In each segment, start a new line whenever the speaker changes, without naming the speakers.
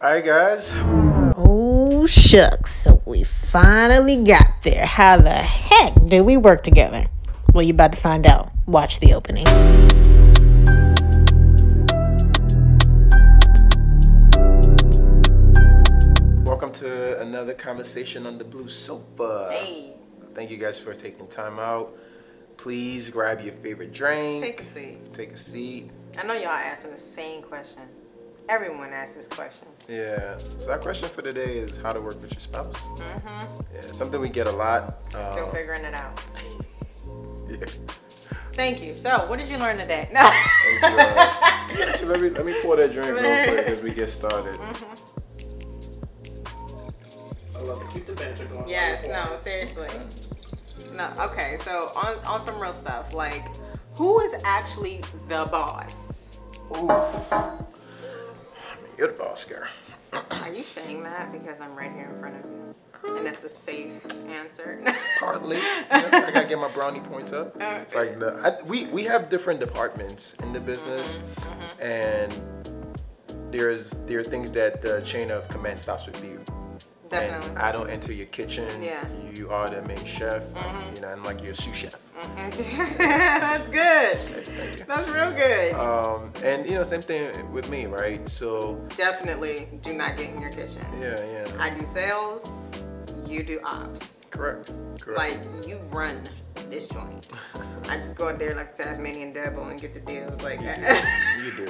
Hi guys.
Oh, shucks. So we finally got there. How the heck did we work together? Well, you about to find out. Watch the opening.
Welcome to another conversation on the blue sofa.
Hey.
Thank you guys for taking time out. Please grab your favorite drink.
Take a seat.
Take a seat.
I know y'all asking the same question. Everyone asks this question.
Yeah. So our question for today is how to work with your spouse. Yeah, something we get a lot.
Mm-hmm. Still
um,
figuring it out.
yeah.
Thank you. So, what did you learn today?
Thank you, uh, actually, let me let me pour that drink real quick as we get started.
Mm-hmm.
I love it. Keep the banter going.
yes. No. Seriously. No. Okay. So, on on some real stuff, like who is actually the boss?
You're the boss, girl.
Are you saying that because I'm right here in front of you, and that's the safe answer?
Partly, yes, I gotta get my brownie points up.
Uh,
It's like the, I, we we have different departments in the business,
Uh-huh.
and there's there are things that the chain of command stops with you. And
Definitely.
I don't enter your kitchen.
Yeah. Mm-hmm.
You are the main chef. You know, I'm like your sous chef.
that's good. That's real good.
Um, and you know, same thing with me, right? So
Definitely do not get in your kitchen.
yeah, yeah,
I do sales, you do ops.
correct, correct.
Like you run this joint. I just go out there like Tasmanian devil and get the deals. Like
you do.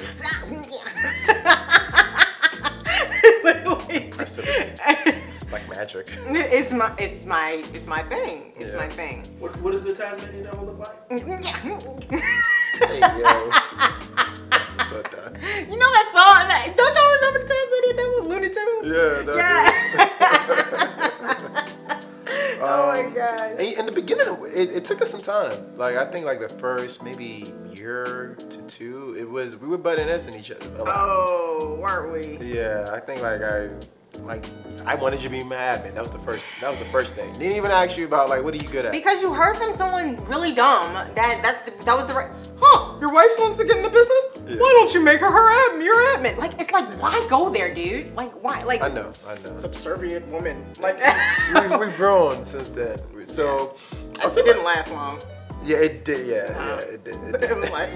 Literally.
I said it's, it's like magic.
It's my it's my it's my thing. It's
Yeah.
my thing.
What, what does the Tasmanian devil look like?
Hey yo. so done.
You know that song? That, don't y'all remember the Tasmanian Devil Looney Tunes?
Yeah, that
Yeah. oh my
Um,
gosh.
In in the beginning, it, it took us some time. Like I think, like the first maybe year to two, it was we were butting us in each other. a lot.
Oh, weren't we?
Yeah, I think like I, like I wanted you to be my admin. That was the first. That was the first thing. Didn't even ask you about like what are you good at.
Because you heard from someone really dumb that that's the, that was the right. Huh? Your wife wants to get in the business.
Yeah.
Why don't you make her her admin? Your admin. Like it's like why go there, dude? Like why? Like
I know, I know.
subservient woman. Like
we, we've grown since then. We- So
it didn't last long.
Yeah, it did. Yeah, yeah, it did. It did.
It was like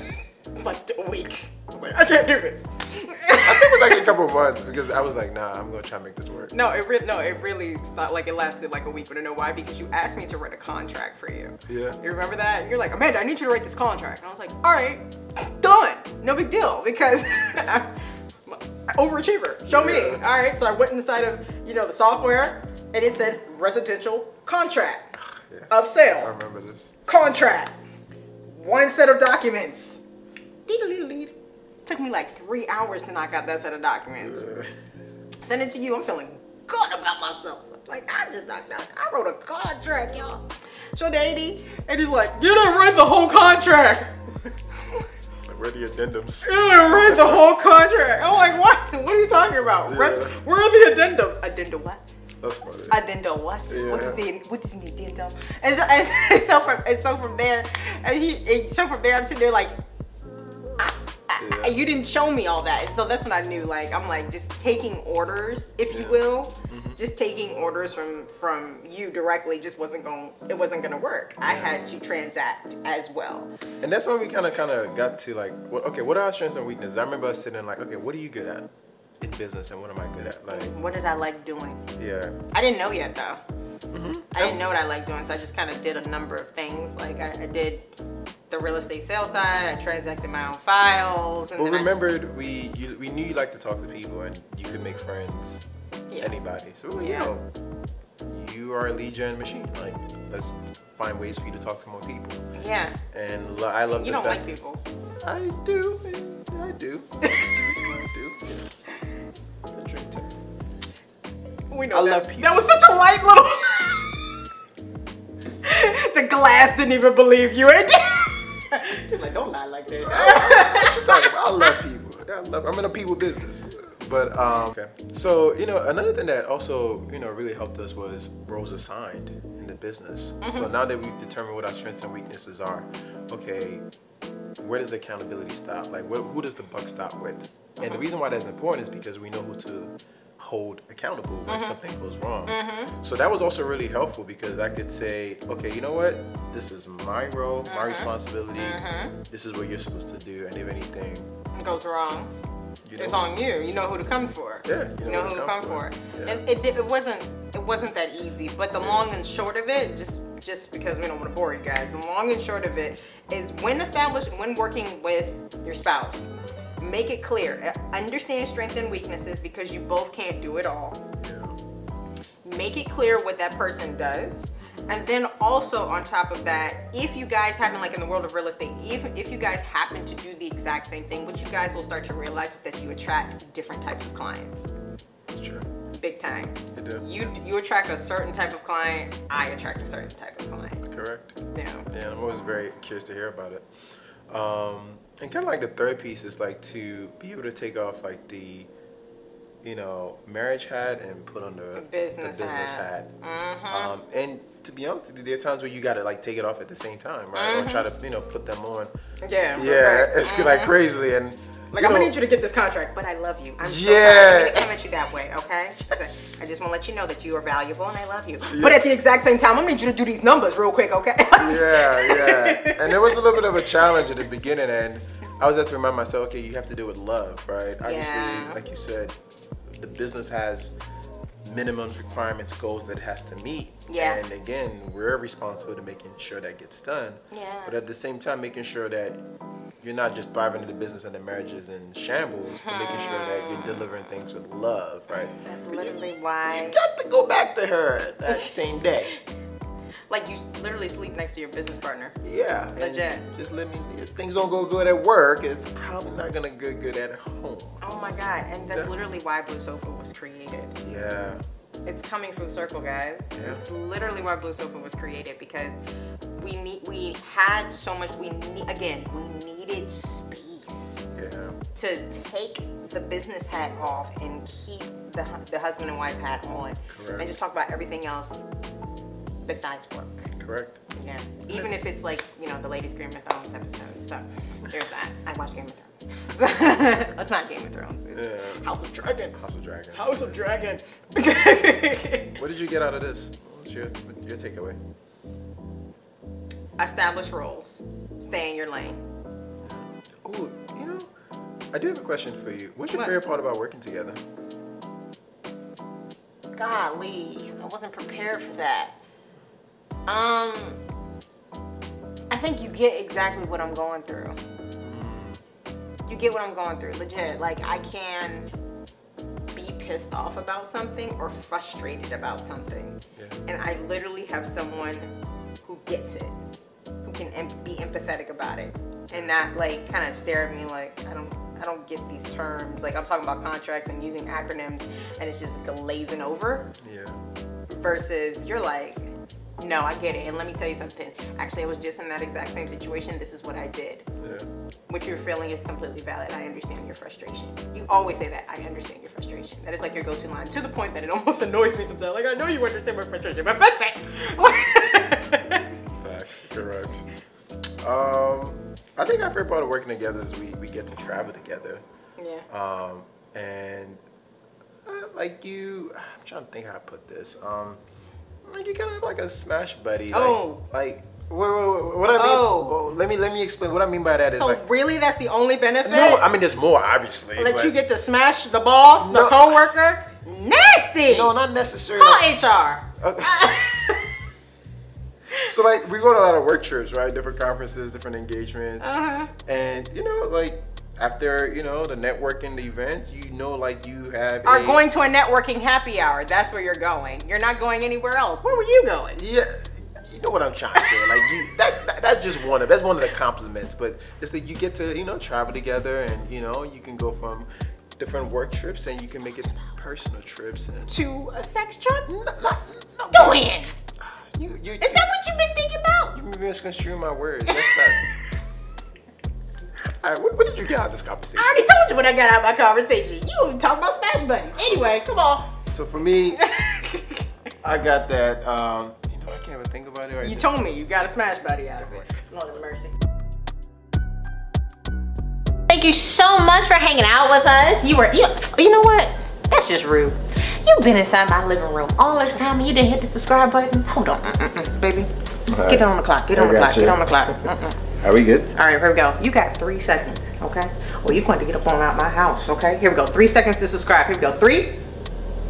like a week. Like, I can't do this.
I think it was like a couple of months because I was like, nah, I'm gonna try to make this work.
No, it re- no, it really stopped. Like it lasted like a week, but I know why because you asked me to write a contract for you.
Yeah.
You remember that? And you're like, Amanda, I need you to write this contract, and I was like, all right, done, no big deal, because I'm a overachiever. Show me.
Yeah.
All right, so I went inside of you know the software, and it said residential contract
Yes.
of sale
I remember this.
contract. One set of documents. Dee-dee-dee-dee. Took me like three hours to knock out that set of documents. Send it to you. I'm feeling good about myself. Like I just knocked out. I wrote a contract, y'all. So daddy, and he's like, you didn't write the whole contract.
Like, where are the addendums?
You didn't write the whole contract. I'm like, what? What are you talking about? Where-
Yeah.
Where are the addendums? Addendum what?
That's funny.
addendum what?
Yeah.
What is the what is the addendum? And so, and, so from and so from there, and, he, and so from there, I'm sitting there like, I, I,
Yeah.
you didn't show me all that, and so that's when I knew like I'm like just taking orders, if you
Yeah. Mm-hmm.
will, just taking orders from from you directly just wasn't going it wasn't gonna work. I had to transact as well.
And that's when we kind of kind of got to like, what, okay, what are our strengths and weaknesses? I remember us sitting like, okay, what are you good at in business, and what am I good at? Like,
What did I like doing?
yeah,
I didn't know yet though. I didn't know what I liked doing, so I just kind of did a number of things. Like I, I did the real estate sales side. I transacted my own files. And
but
then I-
remembered we you, we knew you like to talk to people, and you could make friends,
Yeah.
anybody. So we were like,
Yeah.
yo, you are a lead gen machine. Like, let's find ways for you to talk to more people.
yeah,
And lo- I love the
you don't
fact
like people.
I do, I do, I do. The drink test.
We know
I
that.
love people.
That was such a light little. the glass didn't even believe you. It did. You're like, don't lie like that.
what you talking about? I love people. I love. I'm in a people business. But um, okay. so you know, another thing that also you know really helped us was roles assigned in the business. So now that we've determined what our strengths and weaknesses are, okay, where does accountability stop? Like, where, who does the buck stop with? And the reason why that's important is because we know who to hold accountable when something goes wrong. So that was also really helpful because I could say, okay, you know what? This is my role, my responsibility. This is what you're supposed to do. And if anything,
It goes wrong.
you
It's
know-
on you. You know who to come for.
Yeah,
You know who to come for.
Yeah.
And it, it, it wasn't it wasn't that easy, but the long and short of it, just just because we don't want to bore you guys, the long and short of it is when established when working with your spouse, make it clear. Uh, Understand strengths and weaknesses because you both can't do it all. make it clear what that person does and then also on top of that if you guys happen like in the world of real estate even if you guys happen to do the exact same thing what you guys will start to realize is that you attract different types of clients
Sure.
big time
You do.
you you attract a certain type of client i attract a certain type of client
Correct.
yeah
Yeah, I'm always very curious to hear about it. Um, and kind of like the third piece is like to be able to take off like the, you know, marriage hat and put on the,
business
the business
hat. Mm-hmm.
hat. Um, and to be honest, with you, there are times where you gotta like take it off at the same time, right? Or try to you know put them on.
yeah
Yeah,
Mm-hmm. right. Mm-hmm.
it's like crazily and
like
you know,
i'm gonna need you to get this contract but i love you i'm so
Yeah.
sorry. i'm gonna come at you that way okay
Yes.
i just want to let you know that you are valuable and i love you but at the exact same time i'm gonna need you to do these numbers real quick okay
Yeah, yeah. And there was a little bit of a challenge at the beginning, and I was had to remind myself, okay, you have to do it with love, right?
Yeah.
Obviously, like you said, the business has minimums, requirements, goals that it has to meet.
Yeah.
And again, we're responsible to making sure that gets done.
Yeah.
But at the same time, making sure that you're not just thriving in the business and the marriage is in shambles, but making sure that
Uh-huh.
you're delivering things with love, right?
That's literally why,
Got to go back to her that same day.
like, you literally sleep next to your business partner.
Yeah. and
Legit.
Just let me. If things don't go good at work, it's probably not gonna go good at home.
Oh my God. And that's
Yeah.
literally why Blue Sofa was created.
Yeah.
It's coming full circle, guys.
Yeah.
It's literally why Blue Sofa was created because we need, we had so much, we need, again, we needed space
Yeah.
to take the business hat off and keep the, hu- the husband and wife hat on
Correct.
and just talk about everything else besides work.
Correct.
Yeah. Even if it's like, you know, the latest Game of Thrones episode. So there's that. I watch Game of Thrones. That's not Game of Thrones. It's
Yeah.
House of Dragon.
House of Dragon.
House of Dragon.
What did you get out of this? What's your your takeaway?
Establish roles. Stay in your lane.
Ooh, you know, I do have a question for you. What's your
What?
favorite part about working together?
Golly, I wasn't prepared for that. Um I think you get exactly what I'm going through. You get what I'm going through, legit. Like I can be pissed off about something or frustrated about something.
Yeah.
and I literally have someone who gets it, who can em- be empathetic about it, and not like kind of stare at me like I don't I don't get these terms. Like I'm talking about contracts and using acronyms, and it's just glazing over.
Yeah.
Versus you're like, no, I get it, and let me tell you something. Actually, I was just in that exact same situation. This is what I did.
Yeah.
What you're feeling is completely valid. I understand your frustration. You always say that. I understand your frustration. That is like your go-to line to the point that it almost annoys me sometimes. Like I know you understand my frustration, but fix it.
Facts. Correct. Um, I think our favorite part of working together is we we get to travel together.
yeah.
um, and uh, like you, I'm trying to think how I put this. Um, like you kind of have like a smash buddy. like-
Oh.
like wait, wait, wait, what I mean?
Oh.
well, let me let me explain. What I mean by that is
so
like
really, that's the only benefit
no, I mean there's more obviously.
that
but-
you get to smash the boss, the
No.
coworker. Nasty.
no, not necessarily.
Call HR.
Okay. so like we go to a lot of work trips, right? Different conferences, different engagements,
Uh-huh.
and you know like after you know the networking, the events, you know like you have
Are
a-
going to a networking happy hour. That's where you're going. You're not going anywhere else. Where were you going?
Yeah, you know what I'm trying to say. Like you, that, that that's just one of that's one of the compliments. But it's that you get to you know travel together, and you know you can go from different work trips, and you can make it personal trips. And
To a sex trip?
no, no, no,
Do it.
You, you,
Is that what you've been thinking about?
you misconstruing my words? That's not. All right, what, what did you get out of this conversation?
I already told you when I got out of my conversation. You talking about smash buddies. Anyway, come on.
So for me, I got that. Um, you know, I can't even think about it right
you
now.
told me you got a smash buddy out of it. Lord have mercy.
Thank you so much for hanging out with us. You were, you, you know what?
That's just rude. You've been inside my living room all this time and you didn't hit the subscribe button. Hold on, Mm-mm-mm, baby.
right.
Get on the clock. Get
I
on the
got
clock.
you.
Get on the clock. Mm-mm.
Are we good?
All right, here we go. You got three seconds, okay? Well, you're going to get up on out my house, okay? Here we go. Three seconds to subscribe. Here we go. Three,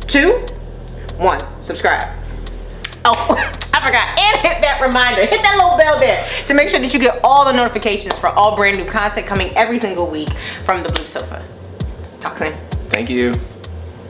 two, one. Subscribe. Oh, I forgot. And hit that reminder. Hit that little bell there to make sure that you get all the notifications for all brand new content coming every single week from the Blue Sofa. Talk soon.
Thank you.